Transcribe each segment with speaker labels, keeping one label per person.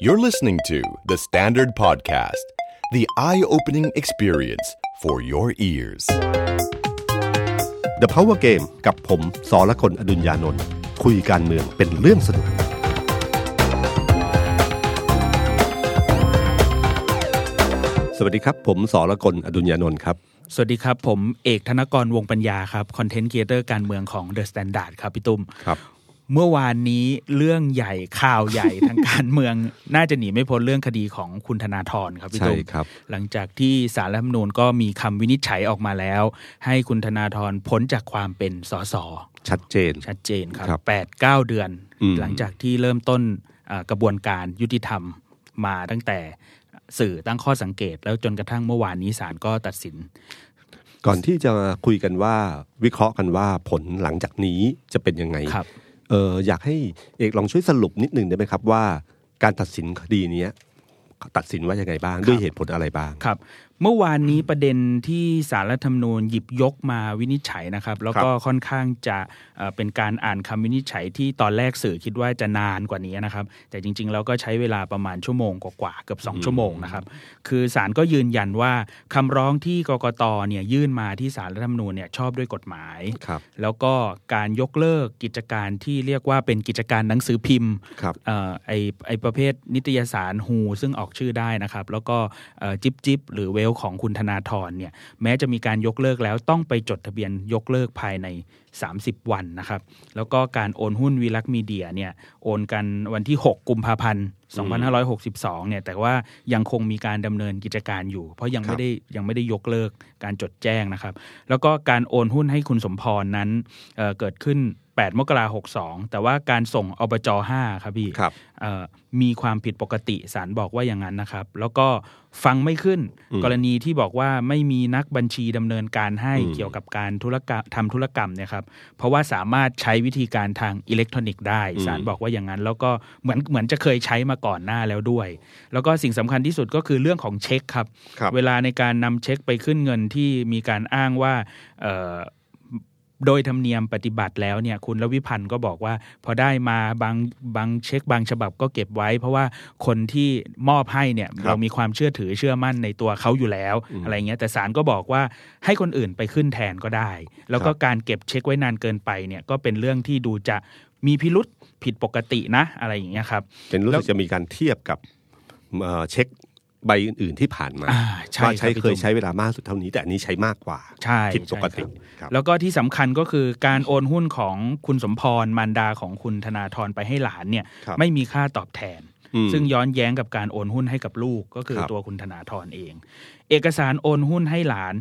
Speaker 1: You're listening to The Standard Podcast, the eye opening experience for your ears.
Speaker 2: The Power Game กับผมสอละคนอดุญญานนท์คุยการเมืองเป็นเรื่องสนุก สวัสดีครับ ผมสอละคนอดุญญานนท์ครับ
Speaker 3: สวัสดีครับ ผมเอกธนกรวงปัญญาครับ คอนเทนต์ครีเอเตอร์การเมืองของ The Standard ครับพี่ตุ้ม
Speaker 2: ครับ
Speaker 3: เมื่อวานนี้เรื่องใหญ่ข่าวใหญ่ ทางการเมือง น่าจะหนีไม่พ้นเรื่องคดีของคุณธนาธรครับพี่ตุ้ม
Speaker 2: ใช่ครับ
Speaker 3: หลังจากที่สารรัฐธรรมนูญก็มีคำวินิจฉัยออกมาแล้ว ให้คุณธนาธรพ้นจากความเป็นสส
Speaker 2: ชัดเจน
Speaker 3: ชัดเจนครับ
Speaker 2: ครับ
Speaker 3: แปดเก้าเดือน
Speaker 2: อืม
Speaker 3: หลังจากที่เริ่มต้นเอ่อกระบวนการยุติธรรมมาตั้งแต่สื่อตั้งข้อสังเกต แล้วจนกระทั่งเมื่อวานนี้ศาลก็ตัดสิน
Speaker 2: ก่อนที่จะคุยกันว่าวิเคราะห์กันว่าผลหลังจากนี้จะเป็นยังไง
Speaker 3: ครับ
Speaker 2: เอออยากให้เอกลองช่วยสรุปนิดหนึงได้ไหมครับว่าการตัดสินคดีเนี้ยตัดสินว่ายังไงบ้าง ด้วยเหตุผลอะไรบ้าง
Speaker 3: ครับเมื่อวานนี้ประเด็นที่สารรัฐธรรมนูญหยิบยกมาวินิจฉัยนะครับ แล้วก็ค่อนข้างจะเอ่อเป็นการอ่านคำวินิจฉัยที่ตอนแรกสื่อคิดว่าจะนานกว่านี้นะครับ แต่จริงๆแล้วก็ใช้เวลาประมาณชั่วโมงกว่าๆเกือบ2 ชั่วโมงนะครับคือสารก็ยืนยันว่าคำร้องที่กกตเนี่ยยื่นมาที่สารรัฐธรรมนูญเนี่ยชอบด้วยกฎหมาย
Speaker 2: ครับ
Speaker 3: แล้วก็การยกเลิกกิจการที่เรียกว่าเป็นกิจการหนังสือพิมพ์
Speaker 2: ครับ
Speaker 3: เอ่อไอไอประเภทนิตยสารฮูซึ่งออกชื่อได้นะครับ แล้วก็เอ่อจิบจิบหรือเวลของคุณธนาธรเนี่ยแม้จะมีการยกเลิกแล้วต้องไปจดทะเบียนยกเลิกภายใน 30 วันนะครับ แล้วก็การโอนหุ้นวีลักมีเดียเนี่ยโอนกันวันที่ 6 กุมภาพันธ์ 2562เนี่ยแต่ว่ายังคงมีการดำเนินกิจการอยู่ เพราะยัง
Speaker 2: ครั
Speaker 3: ไม่
Speaker 2: บ
Speaker 3: ได้ยังไม่ได้ยกเลิกการจดแจ้งนะครับ แล้วก็การโอนหุ้นให้คุณสมพรนั้นเอ่อเกิดขึ้น 8 มกราคม62 แต่ว่าการส่งอบจ5ครับพี่
Speaker 2: ครับ
Speaker 3: เอ่อมีความผิดปกติสารบอกว่าอย่างนั้นนะครับ แล้วก็ฟังไม่ขึ้น กรณีที่บอกว่าไม่มีนักบัญชีดำเนินการให้เกี่ยวกับการธุรกรรมทำธุรกรรมเนี่ยครับเพราะว่าสามารถใช้วิธีการทางอิเล็กทรอนิกส์ได้ สารบอกว่าอย่างนั้น แล้วก็เหมือนเหมือนจะเคยใช้มาก่อนหน้าแล้วด้วย แล้วก็สิ่งสำคัญที่สุดก็คือเรื่องของเช็คครับ
Speaker 2: ครับ
Speaker 3: เวลาในการนำเช็คไปขึ้นเงินที่มีการอ้างว่าเอ่อโดยธรรมเนียมปฏิบัติแล้วเนี่ยคุณลวิพันธ์ก็บอกว่า พอได้มาบางบางเช็คบางฉบับก็เก็บไว้ เพราะว่าคนที่มอบให้เนี่ย
Speaker 2: ครับ
Speaker 3: เรามีความเชื่อถือเชื่อมั่นในตัวเขาอยู่แล้วอะไรเงี้ยแต่ศาลก็บอกว่าให้คนอื่นไปขึ้นแทนก็ได้ แล้วก็การเก็บเช็คไว้นานเกินไปเนี่ยก็เป็นเรื่องที่ดูจะมีพิรุษผิดปกตินะอะไรอย่างเงี้ยครับ
Speaker 2: เป็นรู้
Speaker 3: แล้
Speaker 2: สึก
Speaker 3: ว
Speaker 2: จะมีการเทียบกับเอ่อเช็คใบอื่น ๆที่ผ่านมา
Speaker 3: อ่าใช่
Speaker 2: ว่าใช้
Speaker 3: ครับพี่
Speaker 2: เคย
Speaker 3: ตุ้ม
Speaker 2: ใช้เวลามากสุดเท่านี้ แต่อันนี้ใช้มากกว่า
Speaker 3: ใช่
Speaker 2: ผิดปกติ
Speaker 3: ใช่
Speaker 2: ค
Speaker 3: ค
Speaker 2: รั
Speaker 3: รับบ แล้วก็ที่สำคัญก็คือการโอนหุ้นของคุณสมพรมารดาของคุณธนาธรไปให้หลานเนี่ย
Speaker 2: ครับ
Speaker 3: ไม่มีค่าตอบแทน
Speaker 2: อืม
Speaker 3: ซึ่งย้อนแย้งกับการโอนหุ้นให้กับลูกก็คือ
Speaker 2: ครับ
Speaker 3: ตัวคุณธนาธรเอง เอกสารโอนหุ้นให้หลาน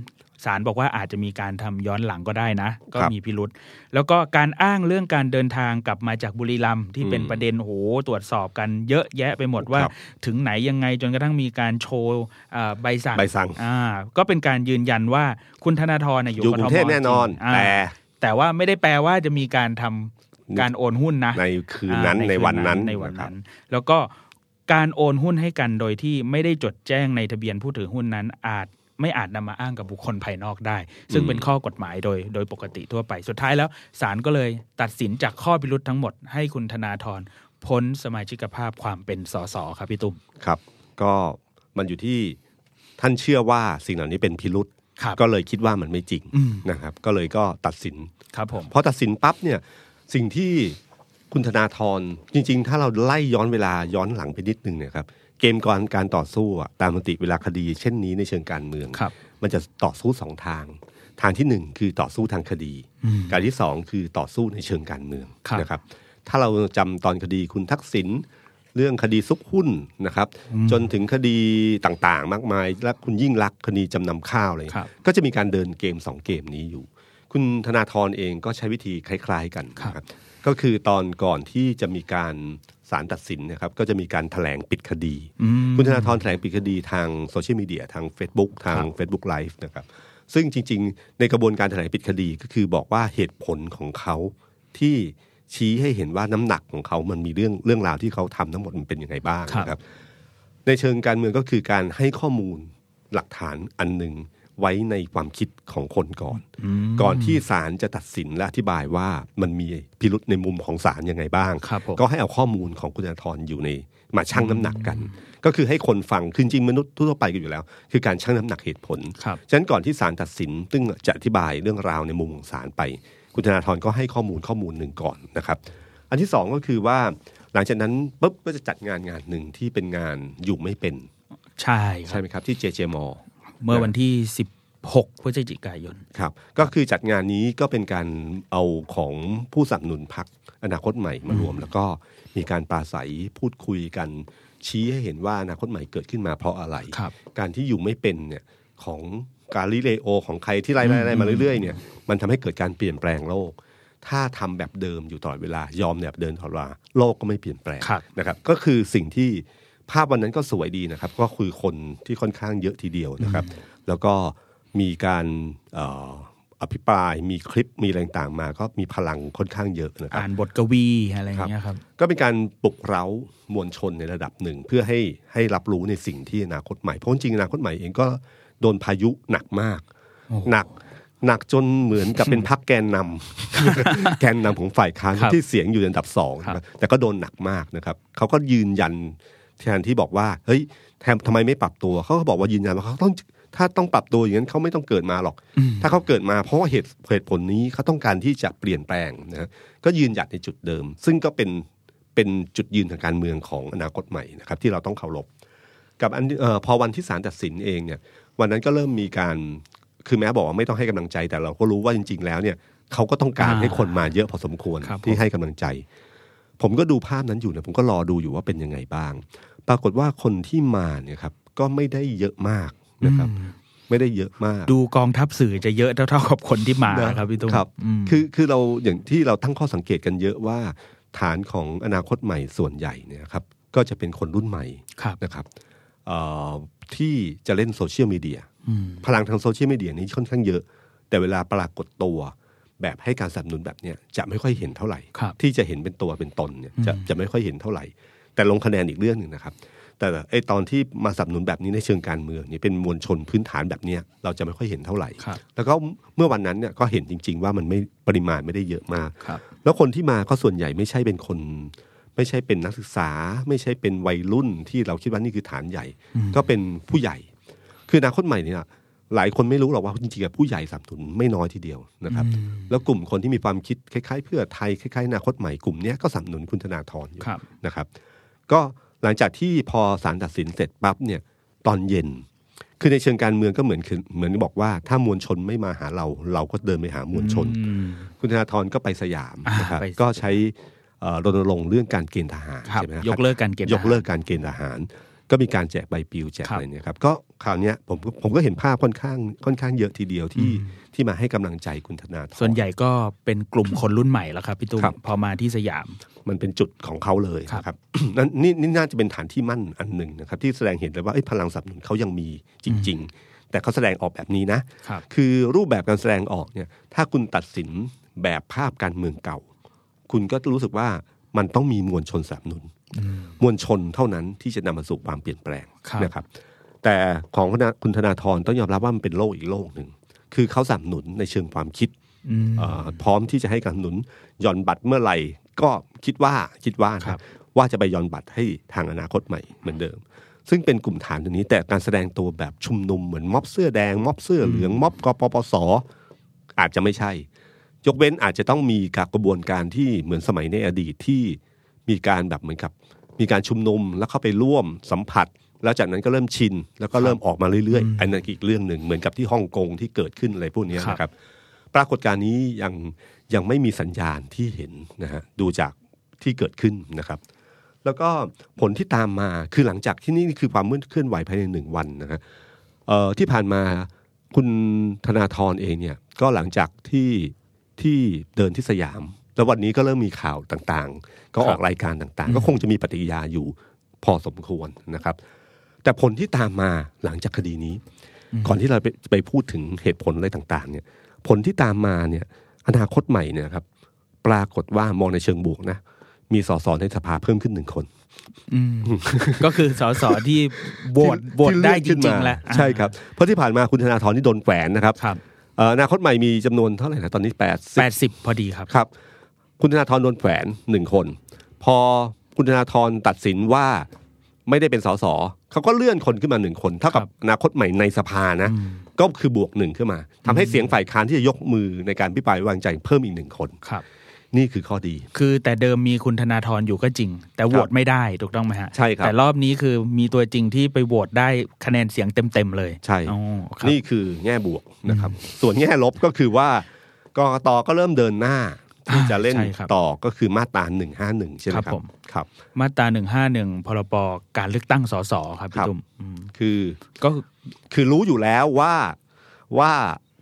Speaker 3: ศาลบอกว่าอาจจะมีการทำย้อนหลังก็ได้นะ ก็
Speaker 2: ครับ
Speaker 3: มีพิรุษแล้วก็การอ้างเรื่องการเดินทางกลับมาจากบุรีรัมย์ที่เป็น
Speaker 2: อืม
Speaker 3: ประเด็นโหตรวจสอบกันเยอะแยะไปหมดว่า
Speaker 2: ครับ
Speaker 3: ถึงไหนยังไงจนกระทั่งมีการโชว์อ่าใบสั่ง
Speaker 2: ใบสั่ง
Speaker 3: อ่าก็เป็นการยืนยันว่าคุณธนาธรน่ะอยู่
Speaker 2: อยู่กรุงเทพ
Speaker 3: ม
Speaker 2: แน่นอน
Speaker 3: จริงๆา
Speaker 2: แต่
Speaker 3: แต่ว่าไม่ได้แปลว่าจะมีการทำการโอนหุ้นนะ
Speaker 2: ในคืนนั้น
Speaker 3: อ่า
Speaker 2: ในวันนั้น
Speaker 3: ในวัน
Speaker 2: นะครั
Speaker 3: นั้
Speaker 2: บ
Speaker 3: น แล้วก็การโอนหุ้นให้กันโดยที่ไม่ได้จดแจ้งในทะเบียนผู้ถือหุ้นนั้น อาจไม่อาจนำมาอ้างกับบุคคลภายนอกได้ ซึ่งเป็นข้อกฎหมายโดยโดยปกติทั่วไปสุดท้ายแล้วศาลก็เลยตัดสินจากข้อพิรุษทั้งหมด ให้คุณธนาธรพ้นสมาชิกภาพความเป็นสสครับพี่ตุ้ม
Speaker 2: ครับ ก็มันอยู่ที่ท่านเชื่อว่าสิ่งเหล่านี้เป็นพิรุษ
Speaker 3: ครับ
Speaker 2: ก็เลยคิดว่ามันไม่จริง
Speaker 3: อืม
Speaker 2: นะครับ ก็เลยก็ตัดสิน
Speaker 3: ครับผม
Speaker 2: พอตัดสินปั๊บเนี่ยสิ่งที่คุณธนาธรจริง ๆ ถ้าเราไล่ย้อนเวลาย้อนหลังไปนิดนึงเนี่ยครับเกมก่อนการต่อสู้อะตามปกติเวลาคดีเช่นนี้ในเชิงการเมือง
Speaker 3: ครับ
Speaker 2: มันจะต่อสู้สองทาง ทางที่หนึ่งคือต่อสู้ทางคดี การที่สองคือต่อสู้ในเชิงการเมือง
Speaker 3: ครับ
Speaker 2: นะครับ ถ้าเราจำตอนคดีคุณทักษิณเรื่องคดีซุกหุ้นนะครับ จนถึงคดีต่างๆ มากมาย และคุณยิ่งรักษณ์คดีจำนำข้าวอะไรอย่าง
Speaker 3: ครั
Speaker 2: เงี้
Speaker 3: บ
Speaker 2: ยก็จะมีการเดินเกมสองเกมนี้อยู่ คุณธนาธรเองก็ใช้วิธีคล้ายๆกันนะครับ ก็คือตอนก่อนที่จะมีการสารตัดสินนะครับก็จะมีการแถลงปิดคดี
Speaker 3: อืม
Speaker 2: คุณธนาธรแถลงปิดคดีทางโซเชียลมีเดียทาง Facebook ทาง
Speaker 3: ครับ
Speaker 2: Facebook Live นะครับซึ่งจริงๆ ในกระบวนการแถลงปิดคดีก็คือบอกว่าเหตุผลของเขาที่ชี้ให้เห็นว่าน้ำหนักของเขามันมีเรื่องเรื่องราวที่เขาทำทั้งหมดมันเป็นยังไงบ้าง
Speaker 3: ครับ
Speaker 2: นะครับ ในเชิงการเมืองก็คือการให้ข้อมูลหลักฐานอันหนึ่ง ไว้ในความคิดของคนก่อน
Speaker 3: ม
Speaker 2: ก่อนที่ศาลจะตัดสินและอธิบายว่ามันมีพิรุษในมุมของศาลยังไงบ้าง
Speaker 3: ครับผม
Speaker 2: ก็ให้เอาข้อมูลของคุณธนาธรอยู่ในมาชั่งน้ำหนักกัน ก็คือให้คนฟังคือจริงๆมนุษย์ทั่วไปกันอยู่แล้ว คือการชั่งน้ำหนักเหตุผล
Speaker 3: ครับ
Speaker 2: ฉะนั้นก่อนที่ศาลตัดสิน ซึ่งจะอธิบายเรื่องราวในมุมของศาลไป คุณธนาธรก็ให้ข้อมูลข้อมูลหนึ่งก่อนนะครับ อันที่สองก็คือว่า หลังจากนั้นปุ๊บก็จะจัดงานงานหนึ่งที่เป็นงานอยู่ไม่เป็น
Speaker 3: ใช่ค
Speaker 2: ใช่
Speaker 3: รับ
Speaker 2: ไหมครับที่เจเจมอ
Speaker 3: เมื่อวันที่ 16พฤศจิกายน
Speaker 2: ครับก็คือจัดงานนี้ก็เป็นการเอาของผู้สนับสนุนพักอนาคตใหม่มารวม แล้วก็มีการปราศัยพูดคุยกัน ชี้ให้เห็นว่าอนาคตใหม่เกิดขึ้นมาเพราะอะไร
Speaker 3: ครับ
Speaker 2: การที่อยู่ไม่เป็นเนี่ยของกาลิเลโอของใครที่ไล่ไล่ไล่มาเรื่อยๆเนี่ยมันทำให้เกิดการเปลี่ยนแปลงโลก ถ้าทำแบบเดิมอยู่ตลอดเวลายอมแบบเดิมตลอดเวลาโลกก็ไม่เปลี่ยนแปลง
Speaker 3: ครับ
Speaker 2: นะครับก็คือสิ่งที่ภาพวันนั้นก็สวยดีนะครับ ก็คือคนที่ค่อนข้างเยอะทีเดียวนะครับ แล้วก็มีการเอ่ออภิปรายมีคลิปมีอะไรต่างๆมา ก็มีพลังค่อนข้างเยอะนะครับ
Speaker 3: อ่านบทกวีอะไรอย่างเงี้ยครับ
Speaker 2: ก็เป็นการปลุกเร้ามวลชนในระดับหนึ่ง เพื่อให้ให้รับรู้ในสิ่งที่อนาคตใหม่เพราะจริงๆอนาคตใหม่เองก็โดนพายุหนักมาก
Speaker 3: โอ้โห
Speaker 2: หนักหนักจนเหมือนกับ เป็นพักแกนนำ แกนนำ ของฝ่ายค้าน
Speaker 3: ครับ
Speaker 2: ที่เสียงอยู่ในอันดับสอง
Speaker 3: ครับ
Speaker 2: แต่ก็โดนหนักมากนะครับเขาก็ยืนยันแทนที่บอกว่าเฮ้ยแทนทำไมไม่ปรับตัวเขาก็บอกว่ายืนยันว่าเขาต้องถ้าต้องปรับตัวอย่างนั้นเขาไม่ต้องเกิดมาหรอก ถ้าเขาเกิดมาเพราะว่าเหตุเหตุผลนี้เขาต้องการที่จะเปลี่ยนแปลงนะฮะก็ยืนหยัดในจุดเดิม ซึ่งก็เป็นเป็นจุดยืนทางการเมืองของอนาคตใหม่นะครับ ที่เราต้องเคารพ กับอันเออพอวันที่ศาลตัดสินเองเนี่ยวันนั้นก็เริ่มมีการคือแม้บอกว่าไม่ต้องให้กำลังใจ แต่เราก็รู้ว่าจริง ๆ แล้วเนี่ยเขาก็ต้องการ
Speaker 3: อ่า
Speaker 2: ให้คนมาเยอะพอสมควร
Speaker 3: ครับผม
Speaker 2: ที่ให้กำลังใจ ผมก็ดูภาพนั้นอยู่นะผมก็รอดูอยู่ว่าเป็นยังไงบ้าง ปรากฏว่าคนที่มาเนี่ยครับก็ไม่ได้เยอะมากนะครับ ไม่ได้เยอะมาก
Speaker 3: ดูกองทัพสื่อจะเยอะเท่าๆกับคนที่มาครับพี่ตุ้ม
Speaker 2: ครับ
Speaker 3: อืม
Speaker 2: คือคือเราอย่างที่เราตั้งข้อสังเกตกันเยอะว่า ฐานของอนาคตใหม่ส่วนใหญ่เนี่ยครับก็จะเป็นคนรุ่นใหม่
Speaker 3: ครับ
Speaker 2: นะครับเอ่อที่จะเล่นโซเชียลมีเดีย
Speaker 3: อืม
Speaker 2: พลังทางโซเชียลมีเดียนี้ค่อนข้างเยอะ แต่เวลาปรากฏตัวแบบให้การสนับสนุนแบบเนี้ยจะไม่ค่อยเห็นเท่าไหร่
Speaker 3: ครับ
Speaker 2: ที่จะเห็นเป็นตัวเป็นตนเนี่ยจะจะไม่ค่อยเห็นเท่าไหร่ แต่ลงคะแนนอีกเรื่องหนึ่งนะครับ แต่ไอตอนที่มาสนับสนุนแบบนี้ในเชิงการเมืองเนี่ยเป็นมวลชนพื้นฐานแบบเนี้ยเราจะไม่ค่อยเห็นเท่าไหร่
Speaker 3: ครับ
Speaker 2: แล้วก็เมื่อวันนั้นเนี่ยก็เห็นจริง ๆ ว่ามันไม่ปริมาณไม่ได้เยอะมาก
Speaker 3: ครับ
Speaker 2: แล้วคนที่มาก็ส่วนใหญ่ไม่ใช่เป็นคน ไม่ใช่เป็นนักศึกษา ไม่ใช่เป็นวัยรุ่นที่เราคิดว่านี่คือฐานใหญ่ ก็เป็นผู้ใหญ่ คืออนาคตใหม่เนี่ยหลายคนไม่รู้หรอกว่าจริงๆอะผู้ใหญ่สนับสนุนไม่น้อยทีเดียวนะครับ แล้วกลุ่มคนที่มีความคิดคล้ายๆ เพื่อไทยคล้ายๆอนาคตใหม่กลุ่มเนี้ยก็สนับสนุนคุณธนาธรอยู่
Speaker 3: ครับ
Speaker 2: นะครับก็หลังจากที่พอศาลตัดสินเสร็จปั๊บเนี่ยตอนเย็น คือในเชิงการเมืองก็เหมือนคือเหมือนบอกว่าถ้ามวลชนไม่มาหาเรา เราก็เดินไปหามวลชน
Speaker 3: อืม
Speaker 2: คุณธนาธรก็ไปสยามนะครับ
Speaker 3: ไป
Speaker 2: ก็ใช้เอ่อรณรงค์เรื่องการเกณฑ์ทหาร
Speaker 3: ครับ
Speaker 2: ใช่ไหมครับ
Speaker 3: ยกเลิกการเกณฑ์
Speaker 2: ย
Speaker 3: ทหาร
Speaker 2: กเลิกการเกณฑ์ทหาร ก็มีการแจกใบปลิวแจก
Speaker 3: ครับ
Speaker 2: อะไรเนี่ยครับก็คราวเนี้ยผมผมก็เห็นภาพค่อนข้างค่อนข้างเยอะทีเดียวที่
Speaker 3: อืม
Speaker 2: ที่มาให้กำลังใจคุณธนาธร
Speaker 3: ส่วนใหญ่ก็เป็นกลุ่มคนรุ่นใหม่แล้วครับพี่ตุ้ม
Speaker 2: ครับ
Speaker 3: พอมาที่สยาม
Speaker 2: มันเป็นจุดของเขาเลย
Speaker 3: ครับ
Speaker 2: นะครับ นั่นนี่นี่น่าจะเป็นฐานที่มั่นอันหนึ่งนะครับ ที่แสดงเห็นเลยว่าเอ้ยพลังสนับสนุนเขายังมีจริง ๆ แต่เขาแสดงออกแบบนี้นะ
Speaker 3: ครับ
Speaker 2: คือรูปแบบการแสดงออกเนี่ย ถ้าคุณตัดสินแบบภาพการเมืองเก่า คุณก็รู้สึกว่ามันต้องมีมวลชนสนับสนุน มวลชนเท่านั้นที่จะนำมาสู่ความเปลี่ยนแปลง
Speaker 3: ครับ
Speaker 2: นะครับ แต่ของคุณธนาคุณธนาธรต้องยอมรับว่ามันเป็นโลกอีกโลกหนึ่งคือเขาสนับสนุนในเชิงความคิด
Speaker 3: อืม
Speaker 2: เอ่อพร้อมที่จะให้การหนุนหย่อนบัตรเมื่อไหร่ก็คิดว่าคิดว่า
Speaker 3: ครั
Speaker 2: นะ
Speaker 3: บ
Speaker 2: ว่าจะไปหย่อนบัตรให้ทางอนาคตใหม่เหมือนเดิม ซึ่งเป็นกลุ่มฐานตรงนี้แต่การแสดงตัวแบบชุมนุมเหมือนม็อบเสื้อแดง ม็อบเสื้อเหลือง ม็อบกปปสอาจจะไม่ใช่ ยกเว้นอาจจะต้องมีกระบวนการที่เหมือนสมัยในอดีตที่มีการแบบเหมือนกับมีการชุมนุมแล้วเข้าไปร่วมสัมผัส แล้วจากนั้นก็เริ่มชิน แล้วก็เริ่มออกมาเรื่อยๆอันนั้นอีกเรื่องหนึ่งเหมือนกับที่ฮ่องกงที่เกิดขึ้นอะไรพวกนี้นะครับ ปรากฏการณ์นี้ยังยังไม่มีสัญญาณที่เห็นนะฮะดูจากที่เกิดขึ้นนะครับ แล้วก็ผลที่ตามมาคือหลังจากที่นี่คือความเคลื่อนไหวภายในหนึ่งวันนะฮะเอ่อที่ผ่านมาคุณธนาธรเองเนี่ยก็หลังจากที่ที่เดินที่สยาม แล้ววันนี้ก็เริ่มมีข่าวต่างๆ ก็ออกรายการต่างๆ ก็คงจะมีปฏิกิริยาอยู่พอสมควรนะครับ แต่ผลที่ตามมาหลังจากคดีนี้ ก่อนที่เราไปไปพูดถึงเหตุผลอะไรต่าง ๆ เนี่ย ผลที่ตามมาเนี่ย อนาคตใหม่เนี่ยครับ ปรากฏว่ามองในเชิงบวกนะ มีสสในสภาเพิ่มขึ้นหนึ่งคน
Speaker 3: อืมก็คือสสที่โหวต
Speaker 2: ที่
Speaker 3: โหวตได้จ
Speaker 2: ที่เอกขึ้
Speaker 3: ริ
Speaker 2: น
Speaker 3: ง
Speaker 2: มา
Speaker 3: ๆแล้ว
Speaker 2: ใช่ครับเพราะที่ผ่านมาคุณธนาธรนี่โดนแขวนนะครับ
Speaker 3: ครับ
Speaker 2: เอ่ออนาคตใหม่มีจำนวนเท่าไหร่นะตอนนี้แปดสิบ
Speaker 3: แปดสิบพอดีครับ
Speaker 2: ครับ คุณธนาธรโดนแขวนหนึ่งคน พอคุณธนาธรตัดสินว่าไม่ได้เป็นสสเขาก็เลื่อนคนขึ้นมาหนึ่งคนเท่ากับ
Speaker 3: ครับ
Speaker 2: อนาคตใหม่ในสภานะ
Speaker 3: อืม
Speaker 2: ก็คือบวกหนึ่งขึ้นมาทำให้เสียงฝ่ายค้านที่จะยกมือในการพิปรายไม่วางใจเพิ่มอีกหนึ่งคน
Speaker 3: ครับ
Speaker 2: นี่คือข้อดี
Speaker 3: คือแต่เดิมมีคุณธนาธรอยู่ก็จริง แต่โหวตไม่ได้ถูกต้องไหมฮะ
Speaker 2: ใช่ครับ
Speaker 3: แต่รอบนี้คือมีตัวจริงที่ไปโหวตได้คะแนนเสียงเต็มๆเลย
Speaker 2: ใช่
Speaker 3: อ๋อครับ
Speaker 2: นี่คือแง่บวกนะครับ ส่วนแง่ลบก็คือว่ากกตก็เริ่มเดินหน้าที่จะเล่น
Speaker 3: ใช่ครับ
Speaker 2: ต่อก็คือมาตราหนึ่งห้าหนึ่งใช่ไหม
Speaker 3: ค
Speaker 2: ครั
Speaker 3: รับ
Speaker 2: บ
Speaker 3: ผม
Speaker 2: ครับ
Speaker 3: มาตราหนึ่งห้าหนึ่งพรบการเลือกตั้งสสครับ
Speaker 2: ครั
Speaker 3: พี่
Speaker 2: บ
Speaker 3: ตุ้มอืม
Speaker 2: คือ
Speaker 3: ก็คือ
Speaker 2: คือรู้อยู่แล้วว่าว่า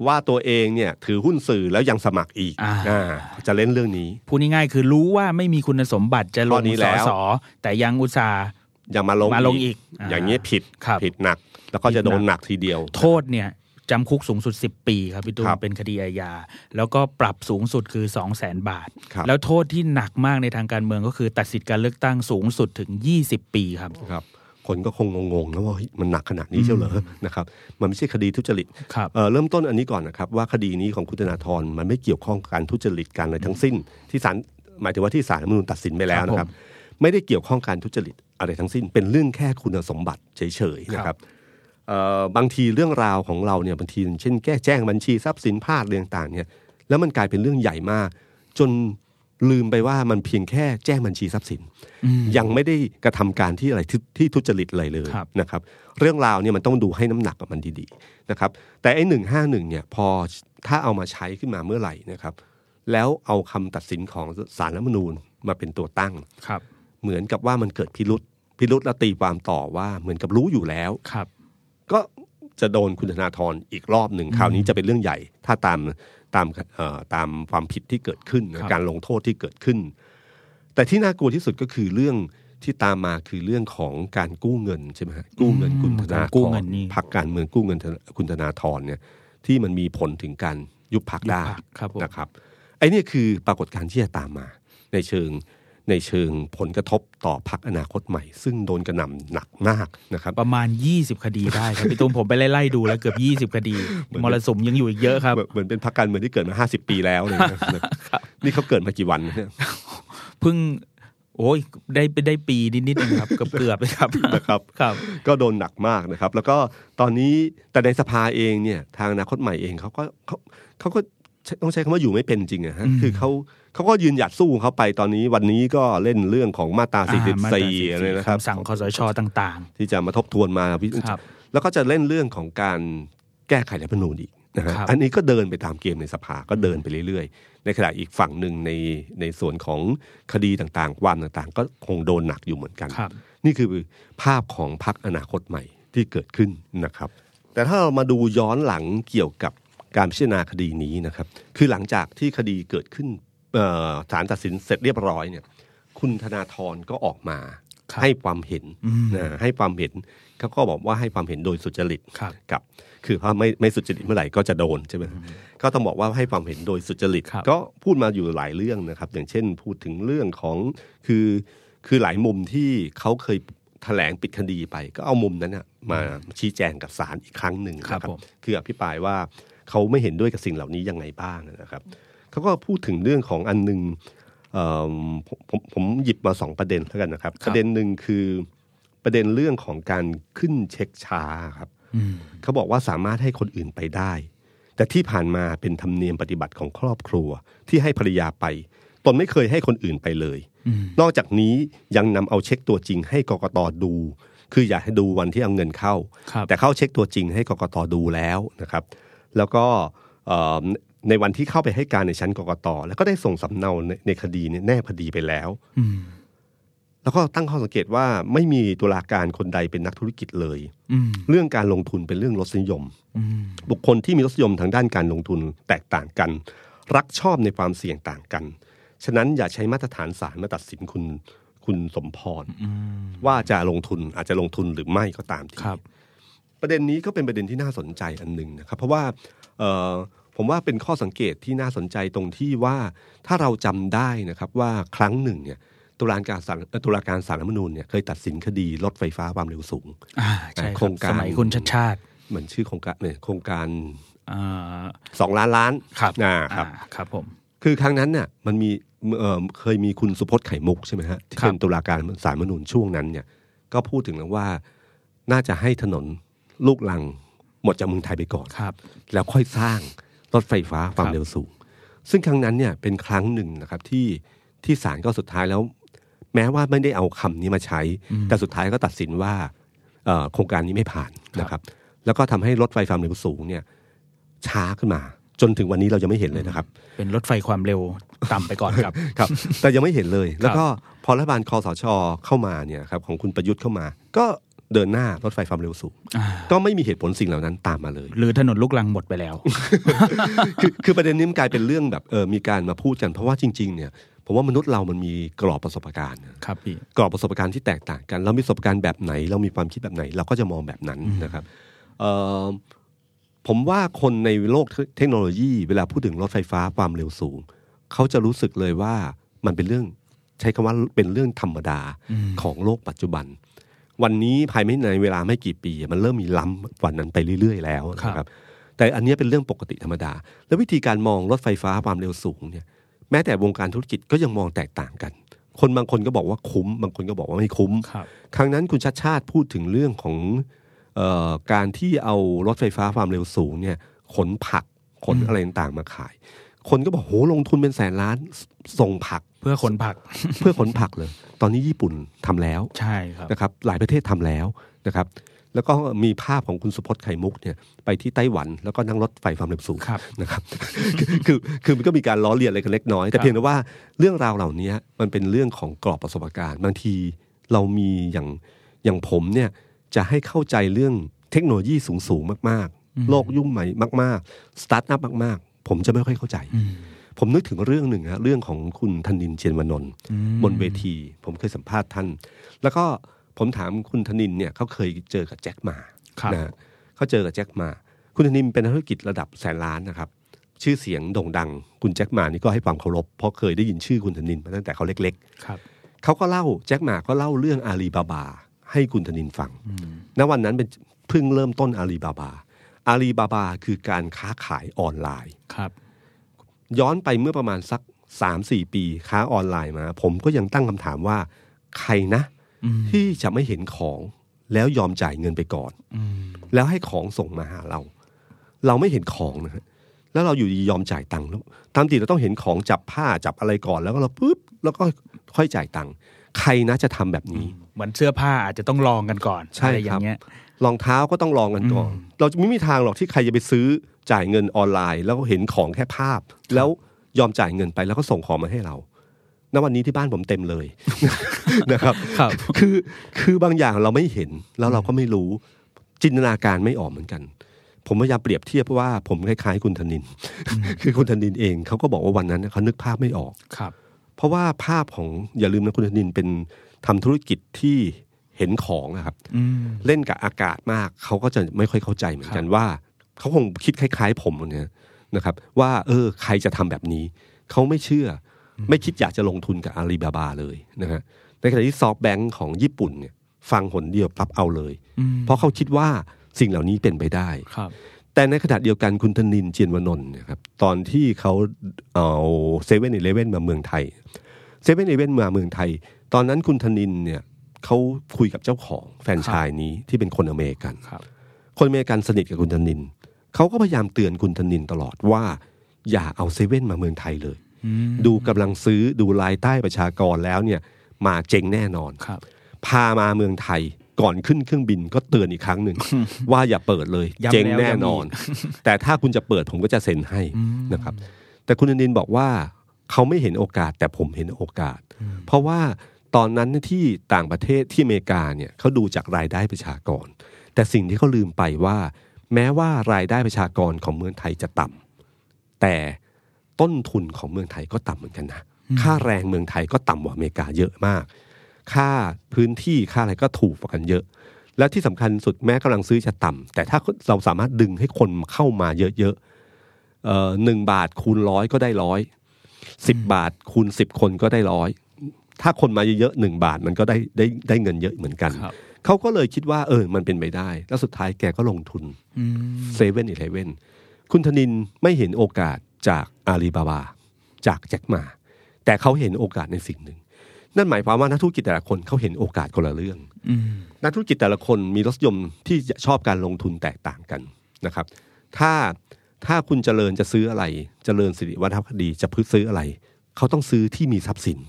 Speaker 2: ว่าตัวเองเนี่ยถือหุ้นสื่อแล้วยังสมัครอีก
Speaker 3: อ่า
Speaker 2: อ่าจะเล่นเรื่องนี้
Speaker 3: พูดง่ายๆคือรู้ว่าไม่มีคุณสมบัติจะล
Speaker 2: ข้อง นี้
Speaker 3: ส
Speaker 2: แล้
Speaker 3: อ
Speaker 2: ว
Speaker 3: สอแต่ยังอุตส่าห์
Speaker 2: อย่ามาลง
Speaker 3: มาลงอีกอ่า
Speaker 2: อย่างนี้ยผิด
Speaker 3: ครับ
Speaker 2: ผิดหนัก แล้วก็จะ
Speaker 3: ผิดหนัก
Speaker 2: โดนหนักทีเดียว
Speaker 3: โทษเนี่ยจำคุกสูงสุด 10 ปีครับพี่ตุ้
Speaker 2: ค
Speaker 3: ม
Speaker 2: รับ
Speaker 3: เป็นคดีอาญาแล้วก็ปรับสูงสุดคือ 2 0 0 0 0 0 บาท
Speaker 2: ครับ
Speaker 3: แล้วโทษที่หนักมากในทางการเมืองก็คือตัดสิทธิการเลือกตั้งสูงสุดถึง 20 ปีครับ
Speaker 2: ครับ คนก็คงงงๆแล้วว่าเฮ้ยมันหนักขนาดนี้เชียวเหรอนะครับมันไม่ใช่คดีทุจริต
Speaker 3: ครับ
Speaker 2: เอ่อเริ่มต้นอันนี้ก่อนนะครับว่าคดีนี้ของคุณธนาธรมันไม่เกี่ยวข้องกับการทุจริตการอะไรทั้งสิ้น ที่ศาลหมายถึงว่าที่ศาลรัฐธรรมนูญตัดสินไปแล้วนะครับ ไม่ได้เกี่ยวข้องการทุจริตอะไรทั้งสิ้น เป็นเรื่องแค่คุณสมบัติเฉยๆนะครับ เอ่อบางทีเรื่องราวของเราเนี่ยบางทีเช่นแก้แจ้งบัญชีทรัพย์สินพลาดเรื่องต่างๆเนี่ยแล้วมันกลายเป็นเรื่องใหญ่มาก จนลืมไปว่ามันเพียงแค่แจ้งบัญชีทรัพย์สิน ยังไม่ได้กระทำการที่อะไรที่ที่ทุจริตอะไรเลย
Speaker 3: ครับ
Speaker 2: นะครับเรื่องราวเนี่ยมันต้องดูให้น้ำหนักกับมันดีๆนะครับแต่ไอ้หนึ่งห้าหนึ่งเนี่ยพอถ้าเอามาใช้ขึ้นมาเมื่อไหร่นะครับแล้วเอาคำตัดสินของสารรัฐธรรมนูญมาเป็นตัวตั้ง
Speaker 3: ครับ
Speaker 2: เหมือนกับว่ามันเกิดพิรุษพิรุษแล้วตีความต่อว่าเหมือนกับรู้อยู่แล้ว
Speaker 3: ครับ
Speaker 2: ก็จะโดนคุณธนาธรอีกรอบหนึ่งคราวนี้จะเป็นเรื่องใหญ่ ถ้าตามตามเอ่อตามความผิดที่เกิดขึ้นนะการลงโทษที่เกิดขึ้น แต่ที่น่ากลัวที่สุดก็คือเรื่องที่ตามมาคือเรื่องของการกู้เงินใช่ไหมฮะกู้เงินคุณธนาธ
Speaker 3: กู้
Speaker 2: ร
Speaker 3: เงินนี่
Speaker 2: พักการเมืองกู้เงินธนาคุณธนาธรเนี่ยที่มันมีผลถึงการยุบพักได้
Speaker 3: ครับผม
Speaker 2: นะครับไอ้เนี่ยคือปรากฏการณ์ที่จะตามมา ในเชิงในเชิงผลกระทบต่อพักอนาคตใหม่ ซึ่งโดนกระหน่ำหนักมากนะครับ
Speaker 3: ประมาณ 20 คดีได้ครับพี่ตุ้ มผมไปไล่ๆดูแล้วเกือบ 20 คดี มรสุมยังอยู่อีกเยอะครับ
Speaker 2: เหมือนเหมือนเป็นพรรคการเมืองที่เกิดมา 50 ปีแล้วเลย นะ นี่เขาเกิดมากี่วันเนี่ย
Speaker 3: เพิ่ง โอ้ยได้ไปได้ปีนิดๆเองครับ เกือบเกือบๆเลยครับ
Speaker 2: นะครับ
Speaker 3: ครับ
Speaker 2: ก็โดนหนักมากนะครับ แล้วก็ตอนนี้แต่ในสภาเองเนี่ยทางอนาคตใหม่เองเขาก็เขาเขาก็ใช้ต้องใช้คำว่าอยู่ไม่เป็นจริงอะฮะ
Speaker 3: อืม
Speaker 2: คือเขาเขาก็ยืนหยัดสู้ของเขาไปตอนนี้วันนี้ก็เล่นเรื่องของมาตรา
Speaker 3: ามาตรา
Speaker 2: 44อะไรนะครับ
Speaker 3: สั่งคอสชต่าง
Speaker 2: ที่จะมาทบทวนมาวิ
Speaker 3: ๆ ครับ
Speaker 2: แล้วก็จะเล่นเรื่องของการแก้ไขรัฐธรรมนูญอีกนะฮะ
Speaker 3: ครับ
Speaker 2: อันนี้ก็เดินไปตามเกมในสภาก็เดินไปเรื่อยๆ ในขณะอีกฝั่งหนึ่งในในส่วนของคดีต่างๆความต่างๆ ก็คงโดนหนักอยู่เหมือนกัน
Speaker 3: ครับ
Speaker 2: นี่คือภาพของพักอนาคตใหม่ที่เกิดขึ้นนะครับ แต่ถ้าเรามาดูย้อนหลังเกี่ยวกับการพิจารณาคดีนี้นะครับ คือหลังจากที่คดีเกิดขึ้นเอ่อศาลตัดสินเสร็จเรียบร้อยเนี่ย คุณธนาธรก็ออกมา
Speaker 3: ครับ
Speaker 2: ให้ความเห็น
Speaker 3: อืม
Speaker 2: นะให้ความเห็นเขาก็บอกว่าให้ความเห็นโดยสุจริต
Speaker 3: ครับ
Speaker 2: กับคือถ้าไม่ไม่สุจริตเมื่อไหร่ก็จะโดนใช่ไหมก็ต้องบอกว่าให้ความเห็นโดยสุจริต
Speaker 3: ครับ
Speaker 2: ก็พูดมาอยู่หลายเรื่องนะครับ อย่างเช่นพูดถึงเรื่องของคือคือหลายมุมที่เขาเคยแถลงปิดคดีไป ก็เอามุมนั้นนะมาชี้แจงกับศาลอีกครั้งหนึ่งนะครับ
Speaker 3: ผม
Speaker 2: คืออภิปรายว่าเขาไม่เห็นด้วยกับสิ่งเหล่านี้ยังไงบ้างนะครับเขาก็พูดถึงเรื่องของอันหนึ่งเอิ่มผมผมผมหยิบมาสองประเด็นแล้วกันนะครับ ประเด็นหนึ่งคือประเด็นเรื่องของการขึ้นเช็คช้าครับ
Speaker 3: อืม
Speaker 2: เขาบอกว่าสามารถให้คนอื่นไปได้ แต่ที่ผ่านมาเป็นธรรมเนียมปฏิบัติของครอบครัว ที่ให้ภรรยาไป ตนไม่เคยให้คนอื่นไปเลย
Speaker 3: อืม
Speaker 2: นอกจากนี้ยังนำเอาเช็คตัวจริงให้กกตดู คืออยากให้ดูวันที่เอาเงินเข้า
Speaker 3: ครับ
Speaker 2: แต่เข้าเช็คตัวจริงให้กกตดูแล้วนะครับ แล้วก็เอ่อในวันที่เข้าไปให้การในชั้นกกตแล้วก็ได้ส่งสำเนาในในคดีเนี่ยแนบคดีไปแล้ว
Speaker 3: อืม
Speaker 2: แล้วก็ตั้งข้อสังเกตว่าไม่มีตุลาการคนใดเป็นนักธุรกิจเลย
Speaker 3: อืม
Speaker 2: เรื่องการลงทุนเป็นเรื่องรสนิยม
Speaker 3: อืม
Speaker 2: บุคคลที่มีรสนิยมทางด้านการลงทุนแตกต่างกัน รักชอบในความเสี่ยงต่างกัน ฉะนั้นอย่าใช้มาตรฐานศาลมาตัดสินคุณคุณสมพร
Speaker 3: อืม
Speaker 2: ว่าจะลงทุนอาจจะลงทุนหรือไม่ก็ตามที
Speaker 3: ครับ
Speaker 2: ประเด็นนี้ก็เป็นประเด็นที่น่าสนใจอันหนึ่งนะครับ เพราะว่าเอ่อผมว่าเป็นข้อสังเกตที่น่าสนใจตรงที่ว่าถ้าเราจำได้นะครับว่าครั้งหนึ่งเนี่ย ตุลาการศาลเอ่อตุลาการศาลรัฐธรรมนูญเนี่ยเคยตัดสินคดีรถไฟฟ้าความเร็วสูง
Speaker 3: อ่าใช่
Speaker 2: โคร
Speaker 3: ครั
Speaker 2: ง
Speaker 3: บ
Speaker 2: การ
Speaker 3: สมัยคุณชัดชาติ
Speaker 2: เหมือนชื่อโครงการเนี่ยโครงการ
Speaker 3: อ่า
Speaker 2: สองล้านล้าน
Speaker 3: ครับ
Speaker 2: อ่าครับ
Speaker 3: อ่าครับผม
Speaker 2: คือครั้งนั้นน่ะมันมีเอ่อเคยมีคุณสุพจน์ไข่มุกใช่ไหมฮะที่
Speaker 3: ครับ
Speaker 2: เป็นตุลาการศาลรัฐธรรมนูญช่วงนั้นเนี่ยก็พูดถึงแล้วว่าน่าจะให้ถนนลูกลังหมดจากเมืองไทยไปก่อน
Speaker 3: ครับ
Speaker 2: แล้วค่อยสร้างรถไฟฟ้าความ
Speaker 3: ครับ
Speaker 2: เร็วสูง ซึ่งครั้งนั้นเนี่ยเป็นครั้งหนึ่งนะครับที่ที่ศาลก็สุดท้ายแล้ว แม้ว่าไม่ได้เอาคำนี้มาใช้ แต่สุดท้ายก็ตัดสินว่าเอ่อโครงการนี้ไม่ผ่านนะครับ แล้วก็ทำให้รถไฟความเร็วสูงเนี่ยช้าขึ้นมา จนถึงวันนี้เรายังไม่เห็นเลยนะครับ
Speaker 3: เป็นรถไฟความเร็วต่ำไปก่อนครับ
Speaker 2: ครับแต่ยังไม่เห็นเลย แล้วก็พอรัฐบาลคอสชเข้ามาเนี่ยครับของคุณประยุทธ์เข้ามา ก็เดินหน้ารถไฟความเร็วสูง
Speaker 3: อ่า
Speaker 2: ก็ไม่มีเหตุผลสิ่งเหล่านั้นตามมาเลย
Speaker 3: หรือถนนลูกลังหมดไปแล้ว
Speaker 2: คือคือประเด็นนี้มันกลายเป็นเรื่องแบบเออมีการมาพูดกันเพราะว่าจริง ๆ เนี่ยผมว่ามนุษย์เรามันมีกรอบประสบการณ์นะครับ
Speaker 3: พี่
Speaker 2: กรอบประสบการณ์ที่แตกต่างกัน เรามีประสบการณ์แบบไหน เรามีความคิดแบบไหน เราก็จะมองแบบนั้นนะครับเอ่อผมว่าคนในโลกเทคโนโลยีเวลาพูดถึงรถไฟฟ้าความเร็วสูง เขาจะรู้สึกเลยว่ามันเป็นเรื่องใช้คำว่าเป็นเรื่องธรรมดาของโลกปัจจุบัน วันนี้ภายในในเวลาไม่กี่ปี มันเริ่มมีล้ำกว่านั้นไปเรื่อย ๆ แล้วนะค
Speaker 3: ครั
Speaker 2: รับ
Speaker 3: บ
Speaker 2: แต่อันเนี้ยเป็นเรื่องปกติธรรมดา และวิธีการมองรถไฟฟ้าความเร็วสูงเนี่ยแม้แต่วงการธุรกิจก็ยังมองแตกต่างกัน คนบางคนก็บอกว่าคุ้ม บางคนก็บอกว่าไม่คุ้ม
Speaker 3: ครับ
Speaker 2: ครั้งนั้นคุณชัดชาติพูดถึงเรื่องของเออการที่เอารถไฟฟ้าความเร็วสูงเนี่ยขนผักขนอะไรต่างๆมาขาย คนก็บอกโหลงทุนเป็นแสนล้านสส่งผัก
Speaker 3: เพื่อขนผัก
Speaker 2: เพื่อขนผักเลย ตอนนี้ญี่ปุ่นทำแล้ว
Speaker 3: ใช่ครับ
Speaker 2: นะครับหลายประเทศทำแล้วนะครับ แล้วก็มีภาพของคุณสุพจน์ไข่มุกเนี่ยไปที่ไต้หวันแล้วก็นั่งรถไฟความเร็วสูง
Speaker 3: ครับ
Speaker 2: นะครับ คือคือมันก็มีการล้อเลียนอะไรกันเล็กน้อย แต่เพียงแต่ว่าเรื่องราวเหล่านี้มันเป็นเรื่องของกรอบประสบการณ์บางทีเรามีอย่างอย่างผมเนี่ยจะให้เข้าใจเรื่องเทคโนโลยีสูงๆมากๆ โลกยุ่งใหม่มากๆสตาร์ทอัพมากๆ ผมจะไม่ค่อยเข้าใจ ผมนึกถึงเรื่องหนึ่งฮะเรื่องของคุณธนินเชียนวนนท์บนเวที ผมเคยสัมภาษณ์ท่าน แล้วก็ผมถามคุณธนินเนี่ยเขาเคยเจอกับแจ็คหมา
Speaker 3: ครับ
Speaker 2: นะฮะเขาเจอกับแจ็คหมา คุณธนินเป็นนักธุรกิจระดับแสนล้านนะครับ ชื่อเสียงโด่งดัง คุณแจ็คหมานี่ก็ให้ความเคารพเพราะเคยได้ยินชื่อคุณธนินมาตั้งแต่เขาเล็ก ๆ
Speaker 3: ครับ
Speaker 2: เขาก็เล่าแจ็คหมาก็เล่าเรื่องอาลีบาบา ให้คุณธนินฟัง ณวันนั้นเป็นเพิ่งเริ่มต้นอาลีบาบา อาลีบาบาคือการค้าขายออนไลน์
Speaker 3: ครับ
Speaker 2: ย้อนไปเมื่อประมาณสัก 3 4 ปีค้าออนไลน์มา ผมก็ยังตั้งคำถามว่า ใครนะ ที่จะไม่เห็นของแล้วยอมจ่ายเงินไปก่อน
Speaker 3: อืม
Speaker 2: แล้วให้ของส่งมาหาเรา เราไม่เห็นของนะฮะแล้วเราอยู่ดียอมจ่ายตังค์แล้วตามติดเราต้องเห็นของจับผ้าจับอะไรก่อนแล้วก็เราปุ๊บแล้วก็ค่อยจ่ายตังค์ใครนะจะทำแบบนี้
Speaker 3: เหมือนเสื้อผ้าอาจจะต้องลองกันก่อน
Speaker 2: ใช่
Speaker 3: อะไรอ
Speaker 2: ครั
Speaker 3: ย่า
Speaker 2: บ
Speaker 3: งเงี้ย
Speaker 2: รองเท้าก็ต้องลองกันก่อน เราจะไม่มีทางหรอกที่ใครจะไปซื้อจ่ายเงินออนไลน์ แล้วก็เห็นของแค่ภาพ แล้วยอมจ่ายเงินไปแล้วก็ส่งของมาให้เรา ณวันนี้ที่บ้านผมเต็มเลย นะครับ
Speaker 3: ครับ
Speaker 2: คือคือบางอย่างเราไม่เห็นแล้วเราก็ไม่รู้ จินตนาการไม่ออกเหมือนกัน ผมพยายามเปรียบเทียบว่าผมคล้ายๆคุณธนิน คือคุณธนินเองเขาก็บอกว่าวันนั้นเขานึกภาพไม่ออก
Speaker 3: ครับ
Speaker 2: เพราะว่าภาพของอย่าลืมนะคุณธนินเป็นทำธุรกิจที่เห็นของนะครับ
Speaker 3: อืม
Speaker 2: เล่นกับอากาศมากเขาก็จะไม่ค่อยเข้าใจเหมือนกันว่า เขาคงคิดคล้าย ๆ ผมเนี่ยนะครับ ว่าเออใครจะทำแบบนี้ เขาไม่เชื่ออไม่คิดอยากจะลงทุนกับอาลีบาบาเลยนะฮะในขณะที่ซอฟแบงค์ของญี่ปุ่นเนี่ยฟังหนเดียวปรับเอาเลย
Speaker 3: อืม
Speaker 2: เพราะเขาคิดว่าสิ่งเหล่านี้เป็นไปได้
Speaker 3: ครับ
Speaker 2: แต่ในขณะเดียวกันคุณธนินเจียนวนนท์เนยครับตอนที่เขาเอาเซเว่นอีเลเว่นมาเมืองไทยเซเว่นอีเลเว่นมาเมืองไทย ตอนนั้นคุณธนินเนี่ยเขาคุยกับเจ้าของแฟรนไชายนี้ที่เป็นคนอเมริกัน
Speaker 3: ครับ
Speaker 2: คนอเมริกันสนิทกับคุณธนินเขาก็พยายามเตือนคุณธนินตลอดว่า อย่าเอาเซเว่นมาเมืองไทยเลย
Speaker 3: อืม
Speaker 2: ดูกำลังซื้อดูรายได้ประชากรแล้วเนี่ยมาเจ๊งแน่นอน
Speaker 3: ครับ
Speaker 2: พามาเมืองไทยก่อนขึ้นเครื่องบินก็เตือนอีกครั้งห นึ่ง ว่าอย่าเปิดเลย
Speaker 3: ย้ำ
Speaker 2: เจ๊ง
Speaker 3: แล้ว
Speaker 2: แน่
Speaker 3: ย้ำอีก
Speaker 2: นอน แต่ถ้าคุณจะเปิดผมก็จะเซ็นให้นะครับ แต่คุณอนินบอกว่าเขาไม่เห็นโอกาสแต่ผมเห็นโอกาส เพราะว่าตอนนั้นที่ต่างประเทศที่อเมริกาเนี่ยเขาดูจากรายได้ประชากร แต่สิ่งที่เขาลืมไปว่า แม้ว่ารายได้ประชากรของเมืองไทยจะต่ำแต่ต้นทุนของเมืองไทยก็ต่ำเหมือนกันนะค่าแรงเมืองไทยก็ต่ำกว่าอเมริกาเยอะมาก ค่าพื้นที่ค่าอะไรก็ถูกกว่ากันเยอะ และที่สำคัญสุดแม้กำลังซื้อจะต่ำแต่ถ้าเราสามารถดึงให้คนเข้ามาเยอะๆเอ่อหนึ่งบาทคูณร้อยก็ได้ร้อยสิบบาทคูณสิบคนก็ได้ร้อย ถ้าคนมาเยอะๆหนึ่งบาทมันก็ได้ได้ได้เงินเยอะเหมือนกัน
Speaker 3: ครับ
Speaker 2: เขาก็เลยคิดว่าเออมันเป็นไปได้ แล้วสุดท้ายแกก็ลงทุน
Speaker 3: อืม
Speaker 2: เซเว่นอีเลเว่นคุณธนินไม่เห็นโอกาสจากอาลีบาบาจากแจ็คมา แต่เขาเห็นโอกาสในสิ่งหนึ่ง นั่นหมายความว่านักธุรกิจแต่ละคนเขาเห็นโอกาสคนละเรื่อง
Speaker 3: อืม
Speaker 2: นักธุรกิจแต่ละคนมีรสนิยมที่ชอบการลงทุนแตกต่างกันนะครับ ถ้าถ้าคุณเจริญจะซื้ออะไร เจริญสิริวัฒนคดีจะพึ่ซื้ออะไร เขาต้องซื้อที่มีทรัพย์สิน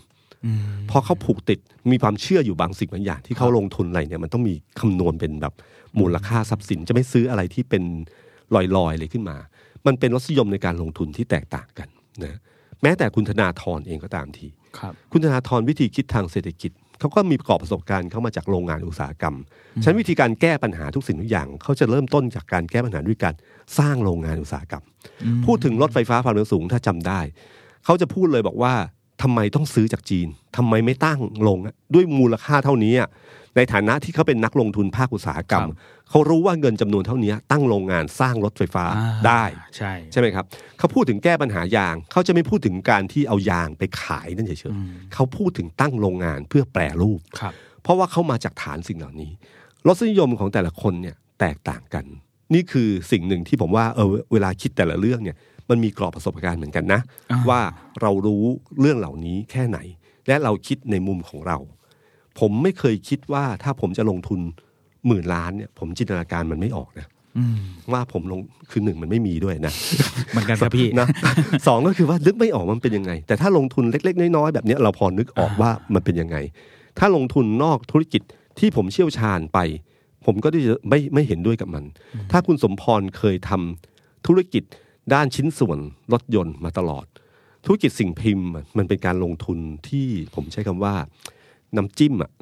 Speaker 3: อืม
Speaker 2: เพราะเขาผูกติดมีความเชื่ออยู่บางสิ่งบางอย่าง ที่เขาลงทุนอะไรเนี่ยมันต้องมีคำนวณเป็นแบบมูลค่าทรัพย์สินจะไม่ซื้ออะไรที่เป็นลอยๆเลยขึ้นมา มันเป็นรสนิยมในการลงทุนที่แตกต่างกันนะแม้แต่คุณธนาธรเองก็ตามที
Speaker 3: ครับ
Speaker 2: คุณธนาธรวิธีคิดทางเศรษฐกิจ เขาก็มีประกอบประสบการณ์เข้ามาจากโรงงานอุตสาหกรรมฉะนันวิธีการแก้ปัญหาทุกสิ่งทุกอย่าง เขาจะเริ่มต้นจากการแก้ปัญหาด้วยการสร้างโรงงานอุตสาหกรรม พูดถึงรถไฟฟ้าความเร็วสูงถ้าจำได้ เขาจะพูดเลยบอกว่าทำไมต้องซื้อจากจีนทำไมไม่ตั้งลงด้วยมูลค่าเท่านี้ ในฐานะที่เขาเป็นนักลงทุนภาคอุตสาหกรรม
Speaker 3: ครับ
Speaker 2: เขารู้ว่าเงินจำนวนเท่านี้ตั้งโรงงานสร้างรถไฟฟ้า
Speaker 3: อ่า
Speaker 2: ได้
Speaker 3: ใช่
Speaker 2: ใช่ไหมครับเขาพูดถึงแก้ปัญหายาง เขาจะไม่พูดถึงการที่เอายางไปขายนั่นเฉยๆเขาพูดถึงตั้งโรงงานเพื่อแปรรูป
Speaker 3: ครับ
Speaker 2: เพราะว่าเขามาจากฐานสิ่งเหล่านี้รสนิยมของแต่ละคนเนี่ยแตกต่างกัน นี่คือสิ่งหนึ่งที่ผมว่าเออเวลาคิดแต่ละเรื่องเนี่ยมันมีกรอบประสบการณ์เหมือนกันนะ ว่าเรารู้เรื่องเหล่านี้แค่ไหน และเราคิดในมุมของเรา ผมไม่เคยคิดว่าถ้าผมจะลงทุนหมื่นล้านเนี่ยผมจินตนาการมันไม่ออกนะ
Speaker 3: อืม
Speaker 2: ว่าผมลงคือหนึ่งมันไม่มีด้วยนะ
Speaker 3: เหมือนกันครับพี่
Speaker 2: นะ สองก็คือว่านึกไม่ออกมันเป็นยังไง แต่ถ้าลงทุนเล็ก ๆ น้อยๆแบบเนี้ยเราพอนึกออกว่ามันเป็นยังไง ถ้าลงทุนนอกธุรกิจที่ผมเชี่ยวชาญไป ผมก็จะไม่ไม่เห็นด้วยกับมัน ถ้าคุณสมพรเคยทำธุรกิจด้านชิ้นส่วนรถยนต์มาตลอด ธุรกิจสิ่งพิมพ์อะมันเป็นการลงทุนที่ผมใช้คำว่า น้ำจิ้มอะ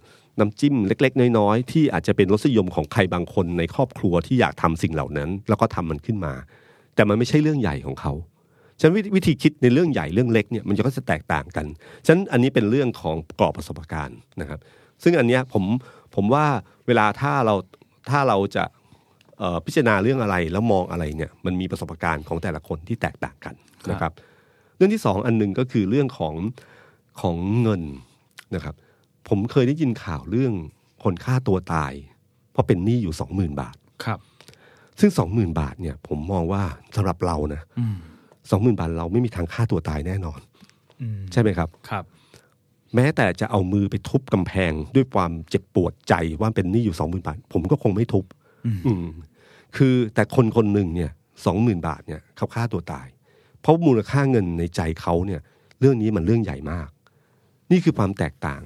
Speaker 2: น้ำจิ้มเล็ก ๆ น้อยๆที่อาจจะเป็นรสนิยมของใครบางคนในครอบครัวที่อยากทำสิ่งเหล่านั้น แล้วก็ทำมันขึ้นมา แต่มันไม่ใช่เรื่องใหญ่ของเขา ฉะนันววิธีคิดในเรื่องใหญ่เรื่องเล็กเนี่ยมันก็จะแตกต่างกัน ฉะนั้นอันนี้เป็นเรื่องของกรอบประสบการณ์นะครับ ซึ่งอันเนี้ยผมผมว่าเวลาถ้าเราถ้าเราจะเอ่อพิจารณาเรื่องอะไรแล้วมองอะไรเนี่ยมันมีประสบการณ์ของแต่ละคนที่แตกต่างกันนะครับ เรื่องที่สองอันหนึ่งก็คือเรื่องของของเงินนะครับ ผมเคยได้ยินข่าวเรื่องคนฆ่าตัวตาย เพราะเป็นหนี้อยู่สองหมื่นบาท
Speaker 3: ครับ
Speaker 2: ซึ่งสองหมื่นบาทเนี่ยผมมองว่าสำหรับเรานะ
Speaker 3: อืม
Speaker 2: สองหมื่นบาทเราไม่มีทางฆ่าตัวตายแน่นอน
Speaker 3: อืม
Speaker 2: ใช่ไหมครับ
Speaker 3: ครับ
Speaker 2: แม้แต่จะเอามือไปทุบกำแพงด้วยความเจ็บปวดใจว่าเป็นหนี้อยู่สองหมื่นบาท ผมก็คงไม่ทุบ อืมคือแต่คนคนหนึ่งเนี่ยสองหมื่นบาทเนี่ยเขาฆ่าตัวตาย เพราะมูลค่าเงินในใจเขาเนี่ยเรื่องนี้มันเรื่องใหญ่มาก นี่คือความแตกต่าง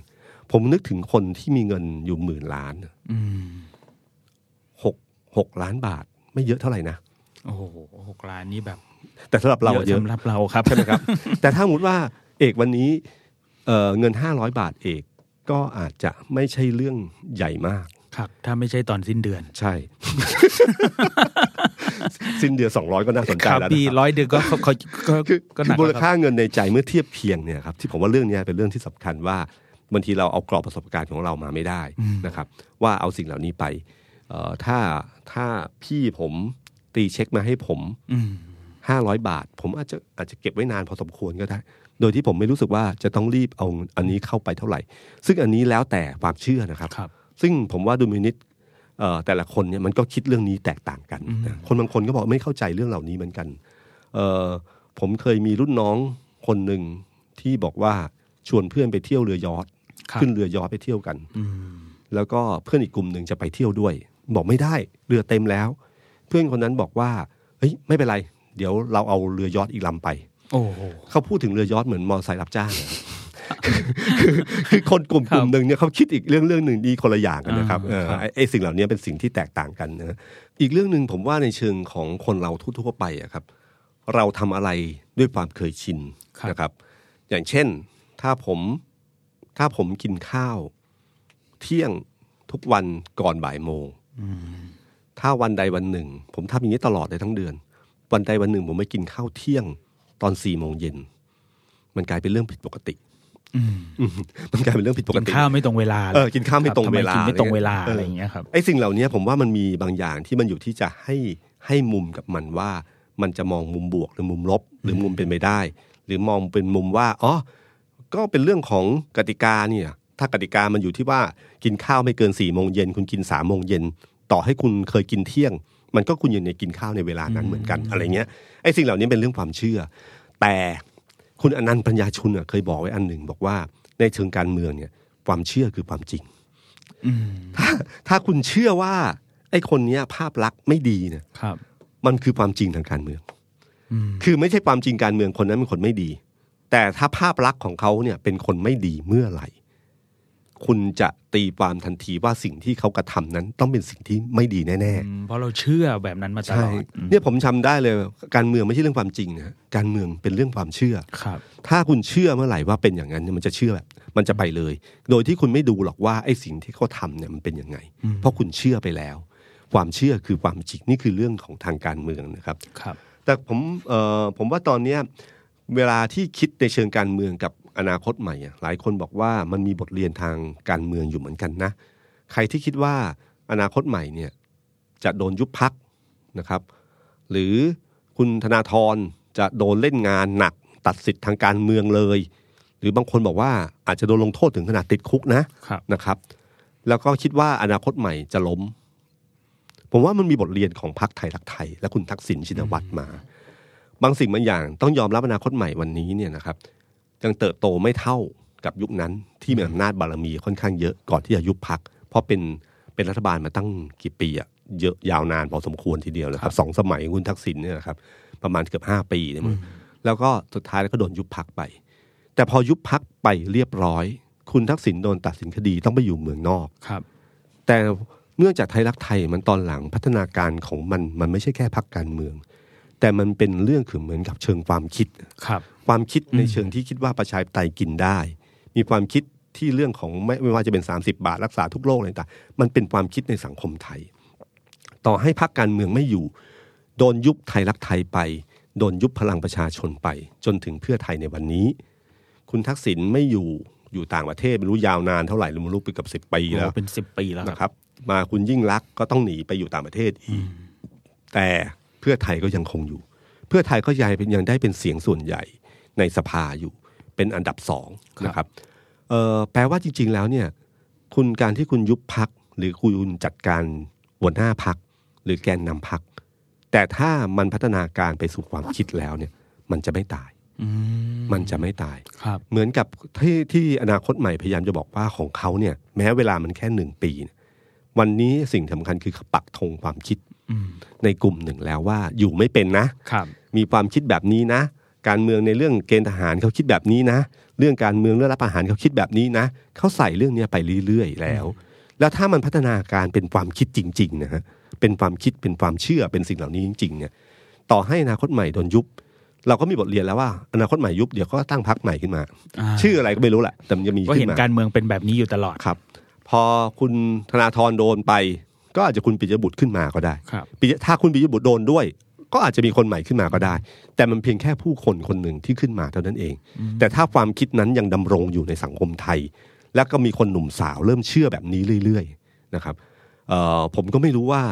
Speaker 2: ผมนึกถึงคนที่มีเงินอยู่หมื่นล้าน
Speaker 3: อืม
Speaker 2: หกหกล้านบาท ไม่เยอะเท่าไหร่นะ
Speaker 3: โอ้โหหกล้านนี่แบบ
Speaker 2: แต่สำหรับเราอะเยอะ
Speaker 3: สำหรับเราครับ
Speaker 2: ใช่ไหมครับ แต่ถ้าสมมติว่าเอกวันนี้เอ่อเงินห้าร้อยบาทเอกก็อาจจะไม่ใช่เรื่องใหญ่มาก
Speaker 3: ครับ ถ้าไม่ใช่ตอนสิ้นเดือน
Speaker 2: ใช่ สิ้นเดือนสองร้อยก็น่าสนใจ
Speaker 3: ครับ
Speaker 2: แล้ว
Speaker 3: พี่
Speaker 2: นะครับ
Speaker 3: ร้อยเดือนก็ ก็ก็ก็
Speaker 2: คือ
Speaker 3: ก็
Speaker 2: คื
Speaker 3: หนั
Speaker 2: อก มูล
Speaker 3: แล้ว
Speaker 2: ค่า
Speaker 3: รับ
Speaker 2: เงินในใจเมื่อเทียบเคียงเนี่ยครับที่ผมว่าเรื่องเนี้ยเป็นเรื่องที่สำคัญว่าบางทีเราเอากรอบประสบการณ์ของเรามาไม่ได้นะครับ ว่าเอาสิ่งเหล่านี้ไปเอ่อถ้าถ้าพี่ผมตีเช็คมาให้ผม
Speaker 3: อืม
Speaker 2: ห้าร้อยบาท ผมอาจจะอาจจะเก็บไว้นานพอสมควรก็ได้ โดยที่ผมไม่รู้สึกว่าจะต้องรีบเอาอันนี้เข้าไปเท่าไหร่ ซึ่งอันนี้แล้วแต่ความเชื่อนะครับ
Speaker 3: ครับ
Speaker 2: ซึ่งผมว่าดูมินิตเอ่อแต่ละคนเนี่ยมันก็คิดเรื่องนี้แตกต่างกันนะคนบางคนก็บอกไม่เข้าใจเรื่องเหล่านี้เหมือนกันเอ่อผมเคยมีรุ่นน้องคนหนึ่งที่บอกว่าชวนเพื่อนไปเที่ยวเรือยอท
Speaker 3: ครับ
Speaker 2: ขึ้นเรือยอทไปเที่ยวกัน
Speaker 3: อืม
Speaker 2: แล้วก็เพื่อนอีกกลุ่มหนึ่งจะไปเที่ยวด้วย บอกไม่ได้เรือเต็มแล้ว เพื่อนคนนั้นบอกว่าเฮ้ยไม่เป็นไร เดี๋ยวเราเอาเรือยอทอีกลำไป
Speaker 3: โอ้โห
Speaker 2: เขาพูดถึงเรือยอทเหมือนมอเตอร์ไซค์รับจ้างอะ คือคือคือคนกลุ่มกลุ่มหนึ่งเนี่ยเขาคิดอีกเรื่องเรื่องหนึ่งดีคนละอย่างกันนะครับเอ
Speaker 3: อ่า
Speaker 2: อ
Speaker 3: ครับ
Speaker 2: ไอ้ไอ้สิ่งเหล่านี้เป็นสิ่งที่แตกต่างกันนะอีกเรื่องหนึ่งผมว่าในเชิงของคนเราทั่วๆไปอะครับ เราทำอะไรด้วยความเคยชินนะครับ อย่างเช่น ถ้าผมถ้าผมกินข้าว เที่ยงทุกวันก่อนบ่ายโมงถ้าวันใดวันหนึ่ง ผมทำอย่างนี้ตลอดเลยทั้งเดือน วันใดวันหนึ่ง ผมไม่กินข้าวเที่ยงตอนสี่โมงเย็น มันกลายเป็นเรื่องผิดปกติ
Speaker 3: อืม
Speaker 2: อืม มันกลายเป็นเรื่องผิดปก
Speaker 3: กิน
Speaker 2: ติ
Speaker 3: ข้าวไม่ตรงเวลา
Speaker 2: เออกินข้าวไม่
Speaker 3: คบ
Speaker 2: ตรงเวลา
Speaker 3: ทำไมกินไม่ตรงเวลา
Speaker 2: เอออ
Speaker 3: อะไรอย่างเงี้ยครับ
Speaker 2: ไอ้สิ่งเหล่านี้ผมว่ามันมีบางอย่างที่มันอยู่ที่จะให้ให้มุมกับมันว่า มันจะมองมุมบวกหรือมุมลบ หรือมุมเป็นไปได้ หรือมองเป็นมุมว่าอ๋อ ก็เป็นเรื่องของกติกาเนี่ย ถ้ากติกามันอยู่ที่ว่ากินข้าวไม่เกินสี่โมงเย็นคุณกินสามโมงเย็นต่อให้คุณเคยกินเที่ยง มันก็คุณยังในกินข้าวในเวลานั้นเหมือนกันอะไรเงี้ยไอ้สิ่งเหล่านี้เป็นเรื่องความเชื่อ แต่คุณอนันต์ปัญญาชุนอะเคยบอกไว้อันหนึ่งบอกว่าในเชิงการเมืองเนี่ย ความเชื่อคือความจริง
Speaker 3: อืม
Speaker 2: ถ้าถ้าคุณเชื่อว่า ไอ้คนเนี้ยภาพลักษณ์ไม่ดีเนี่ย
Speaker 3: ครับ
Speaker 2: มันคือความจริงทางการเมือง
Speaker 3: อืม
Speaker 2: คือไม่ใช่ความจริงการเมืองคนนั้นเป็นคนไม่ดี แต่ถ้าภาพลักษณ์ของเขาเนี่ยเป็นคนไม่ดีเมื่อไหร่ คุณจะตีความทันทีว่าสิ่งที่เขากระทำนั้นต้องเป็นสิ่งที่ไม่ดีแน่
Speaker 3: อืมเพราะเราเชื่อแบบนั้นมา
Speaker 2: ๆ
Speaker 3: ต
Speaker 2: ใช่
Speaker 3: ลอดอืม
Speaker 2: เนี่ยผมจำได้เลย การเมืองไม่ใช่เรื่องความจริงนะการเมืองเป็นเรื่องความเชื่อ
Speaker 3: ครับ
Speaker 2: ถ้าคุณเชื่อเมื่อไหร่ว่าเป็นอย่างนั้นเนี่ยมันจะเชื่อแบบมันจะไปเลย โดยที่คุณไม่ดูหรอกว่าไอ้สิ่งที่เขาทำเนี่ยมันเป็นยังไง เพราะคุณเชื่อไปแล้ว ความเชื่อคือความจริงนี่คือเรื่องของทางการเมืองนะครับ
Speaker 3: ครับ
Speaker 2: แต่ผมเอ่อผมว่าตอนเนี้ยเวลาที่คิดในเชิงการเมืองกับอนาคตใหม่อะหลายคนบอกว่ามันมีบทเรียนทางการเมืองอยู่เหมือนกันนะ ใครที่คิดว่าอนาคตใหม่เนี่ยจะโดนยุบพักนะครับ หรือคุณธนาธรจะโดนเล่นงานหนักตัดสิทธิ์ทางการเมืองเลย หรือบางคนบอกว่าอาจจะโดนลงโทษถึงขนาดติดคุกนะ
Speaker 3: ครับ
Speaker 2: นะครับ แล้วก็คิดว่าอนาคตใหม่จะล้ม ผมว่ามันมีบทเรียนของพรรคไทยรักไทย และคุณทักษิณชินวัตรมา บางสิ่งบางอย่างต้องยอมรับอนาคตใหม่วันนี้เนี่ยนะครับยังเติบโตไม่เท่ากับยุคนั้นที่มีอำนาจบารมีค่อนข้างเยอะก่อนที่จะยุบพัก เพราะเป็นเป็นรัฐบาลมาตั้งกี่ปีอะเยอะยาวนานพอสมควรทีเดียวนะครับสองสมัยของคุณทักษิณเนี่ยนะครับ ประมาณเกือบห้าปีเนี่ยมั้งแล้วก็สุดท้ายแล้วก็โดนยุบพักไป แต่พอยุบพักไปเรียบร้อย คุณทักษิณโดนตัดสินคดีต้องไปอยู่เมืองนอก
Speaker 3: ครับ
Speaker 2: แต่เนื่องจากไทยรักไทยมันตอนหลังพัฒนาการของมันมันไม่ใช่แค่พักการเมือง แต่มันเป็นเรื่องคือเหมือนกับเชิงความคิด
Speaker 3: ครับ
Speaker 2: ความคิดในเชิงที่คิดว่าประชาธิปไตยกินได้ มีความคิดที่เรื่องของไม่ไม่ว่าจะเป็น 30 บาทรักษาทุกโรคอะไรต่างมันเป็นความคิดในสังคมไทย ต่อให้พักการเมืองไม่อยู่ โดนยุบไทยรักไทยไป โดนยุบพลังประชาชนไป จนถึงเพื่อไทยในวันนี้ คุณทักษิณไม่อยู่อยู่ต่างประเทศไม่รู้ยาวนานเท่าไหร่ไม่รู้ไปกับสิบปีแล้ว
Speaker 3: เป็นสิบปีแล้ว
Speaker 2: นะค
Speaker 3: ครับ
Speaker 2: รับมาคุณยิ่งรักษณ์ก็ต้องหนีไปอยู่ต่างประเทศอีกแต่เพื่อไทยก็ยังคงอยู่ เพื่อไทยก็ยังเป็นยังได้เป็นเสียงส่วนใหญ่ในสภาอยู่ เป็นอันดับสอง
Speaker 3: ครับ
Speaker 2: นะครับเอ่อแปลว่าจริง ๆ แล้วเนี่ย คุณการที่คุณยุบพักหรือคุณจัดการหัวหน้าพักหรือแกนนำพัก แต่ถ้ามันพัฒนาการไปสู่ความคิดแล้วเนี่ย มันจะไม่ตาย
Speaker 3: อืม
Speaker 2: มันจะไม่ตาย
Speaker 3: ครับ
Speaker 2: เหมือนกับที่ที่อนาคตใหม่พยายามจะบอกว่าของเขาเนี่ยแม้เวลามันแค่หนึ่งปีเนี่ยวันนี้สิ่งสำคัญคือเขาปักธงความคิด
Speaker 3: อืม
Speaker 2: ในกลุ่มหนึ่งแล้วว่าอยู่ไม่เป็นนะ
Speaker 3: ครับ
Speaker 2: มีความคิดแบบนี้นะ การเมืองในเรื่องเกณฑ์ทหารเขาคิดแบบนี้นะ เรื่องการเมืองเรื่องรับอาหารเขาคิดแบบนี้นะเขาใส่เรื่องเนี้ยไปเรื่อยๆแล้ว แล้วถ้ามันพัฒนาการเป็นความคิดจริงๆนะฮะเป็นความคิดเป็นความเชื่อเป็นสิ่งเหล่านี้จริง ๆ เนี่ย ต่อให้อนาคตใหม่โดนยุบ เราก็มีบทเรียนแล้วว่าอนาคตใหม่ยุบเดี๋ยวก็ตั้งพรรคใหม่ขึ้นมา
Speaker 3: อ่า
Speaker 2: ชื่ออะไรก็ไม่รู้แหละแต่มันจะมี
Speaker 3: ก็
Speaker 2: ขึ้
Speaker 3: เห็
Speaker 2: น
Speaker 3: น
Speaker 2: มา
Speaker 3: การเมืองเป็นแบบนี้อยู่ตลอด
Speaker 2: ครับ พอคุณธนาธรโดนไป ก็อาจจะคุณปิยบุตรขึ้นมาก็ได้
Speaker 3: ครับ
Speaker 2: ปิยะถ้าคุณปิยบุตรโดนด้วย ก็อาจจะมีคนใหม่ขึ้นมาก็ได้ แต่มันเพียงแค่ผู้คนคนหนึ่งที่ขึ้นมาเท่านั้นเอง แต่ถ้าความคิดนั้นยังดำรงอยู่ในสังคมไทย แล้วก็มีคนหนุ่มสาวเริ่มเชื่อแบบนี้เรื่อยๆนะครับเอ่อผมก็ไม่รู้ว่า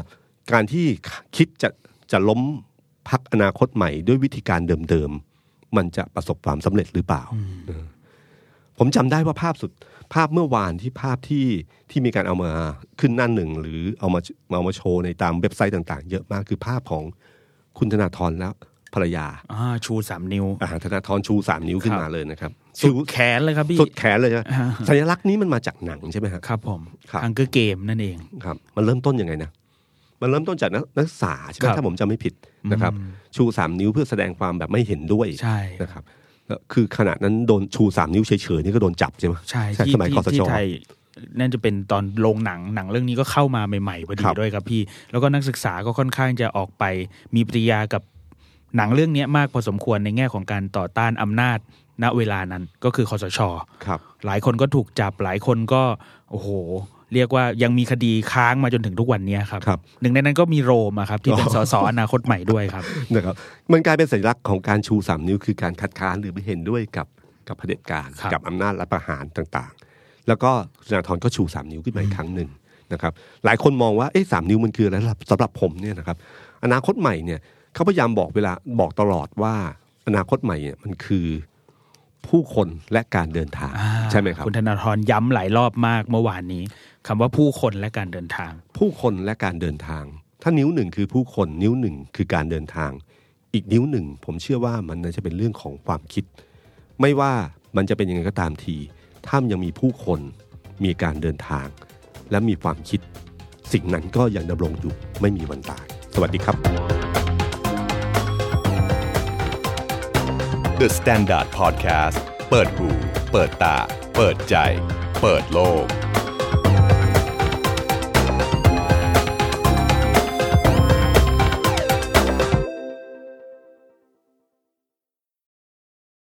Speaker 2: การที่คิดจะจะล้มพักอนาคตใหม่ด้วยวิธีการเดิมๆ มันจะประสบความสำเร็จหรือเปล่าเออผมจำได้ว่าภาพสุดภาพเมื่อวานที่ภาพที่ที่มีการเอามาขึ้นหน้าหนึ่ง หรือเอามาเอามาโชว์ในตามเว็บไซต์ต่างๆ เยอะมากคือภาพของคุณธนาธรแล้วภรรยา
Speaker 3: อ่า ชูสามนิ้ว
Speaker 2: อาหารธนาธรชูสามนิ้วขึ้นมาเลยนะครับ
Speaker 3: สุ
Speaker 2: ชู
Speaker 3: ดแขนเลยครับพี่
Speaker 2: สุดแขนเลยใช่ไหมสัญลักษณ์นี้มันมาจากหนังใช่ไหมฮะ
Speaker 3: ครับผม
Speaker 2: ครับ
Speaker 3: ฮังเกอร์เกมนั่นเอง
Speaker 2: ครับมันเริ่มต้นยังไงนะ มันเริ่มต้นจากนักนักศึกษาใช่ไหม
Speaker 3: ครับ
Speaker 2: ถ้าผมจำไม่ผิดนะครับ
Speaker 3: อืม
Speaker 2: ชูสามนิ้วเพื่อแสดงความแบบไม่เห็นด้วย
Speaker 3: ใช่
Speaker 2: นะครับแล้วคือขนาดนั้นโดนชูสามนิ้วเฉยๆนี่ก็โดนจับใช่ไหม
Speaker 3: ใช่
Speaker 2: สมัยคอส
Speaker 3: ที่
Speaker 2: ช
Speaker 3: ไทยน่าจะเป็นตอนโรงหนังหนังเรื่องนี้ก็เข้ามาใหม่ๆพอดี
Speaker 2: ครับ
Speaker 3: ด้วยครับพี่ แล้วก็นักศึกษาก็ค่อนข้างจะออกไปมีปฏิกิริยากับหนังเรื่องเนี้ยมากพอสมควรในแง่ของการต่อต้านอำนาจณเวลานั้นก็คือคอสช
Speaker 2: ครับ
Speaker 3: หลายคนก็ถูกจับหลายคนก็โอ้โห เรียกว่ายังมีคดีค้างมาจนถึงทุกวันเนี้ยครับ
Speaker 2: ครับ
Speaker 3: หนึ่งในนั้นก็มีโรมอะครับ ที่เป็นสสอนาคตใหม่ด้วยครับ
Speaker 2: นะครับมันกลายเป็นสัญลักษณ์ของการชูสามนิ้วคือการคัดค้านหรือไม่เห็นด้วยกับกับเผด็จการ
Speaker 3: ครับ
Speaker 2: กับอำนาจรัฐประหารต่างๆ แล้วก็ธนาธรก็ชูสามนิ้วขึ้นมาอีกครั้งหนึ่งนะครับหลายคนมองว่าเอ๊ะสามนิ้วมันคืออะไรสำหรับสำหรับผมเนี่ยนะครับอนาคตใหม่เนี่ยเขาพยายามบอกเวลาบอกตลอดว่าอนาคตใหม่เนี่ยมันคือ ผู้คนและการเดินทาง
Speaker 3: อ่า
Speaker 2: ใช่ไหมครับ
Speaker 3: คุณธนาธรย้ำหลายรอบมากเมื่อวานนี้คำว่าผู้คนและการเดินทาง
Speaker 2: ผู้คนและการเดินทาง ถ้านิ้วหนึ่งคือผู้คนนิ้วหนึ่งคือการเดินทาง อีกนิ้วหนึ่งผมเชื่อว่ามันน่าจะเป็นเรื่องของความคิด ไม่ว่ามันจะเป็นยังไงก็ตามทีถ้ามันยังมีผู้คน มีการเดินทาง และมีความคิด สิ่งนั้นก็ยังดำรงอยู่ไม่มีวันตาย สวัสดีครับ
Speaker 1: The Standard Podcast เปิดหูเปิดตา เปิดใจ เปิดโลก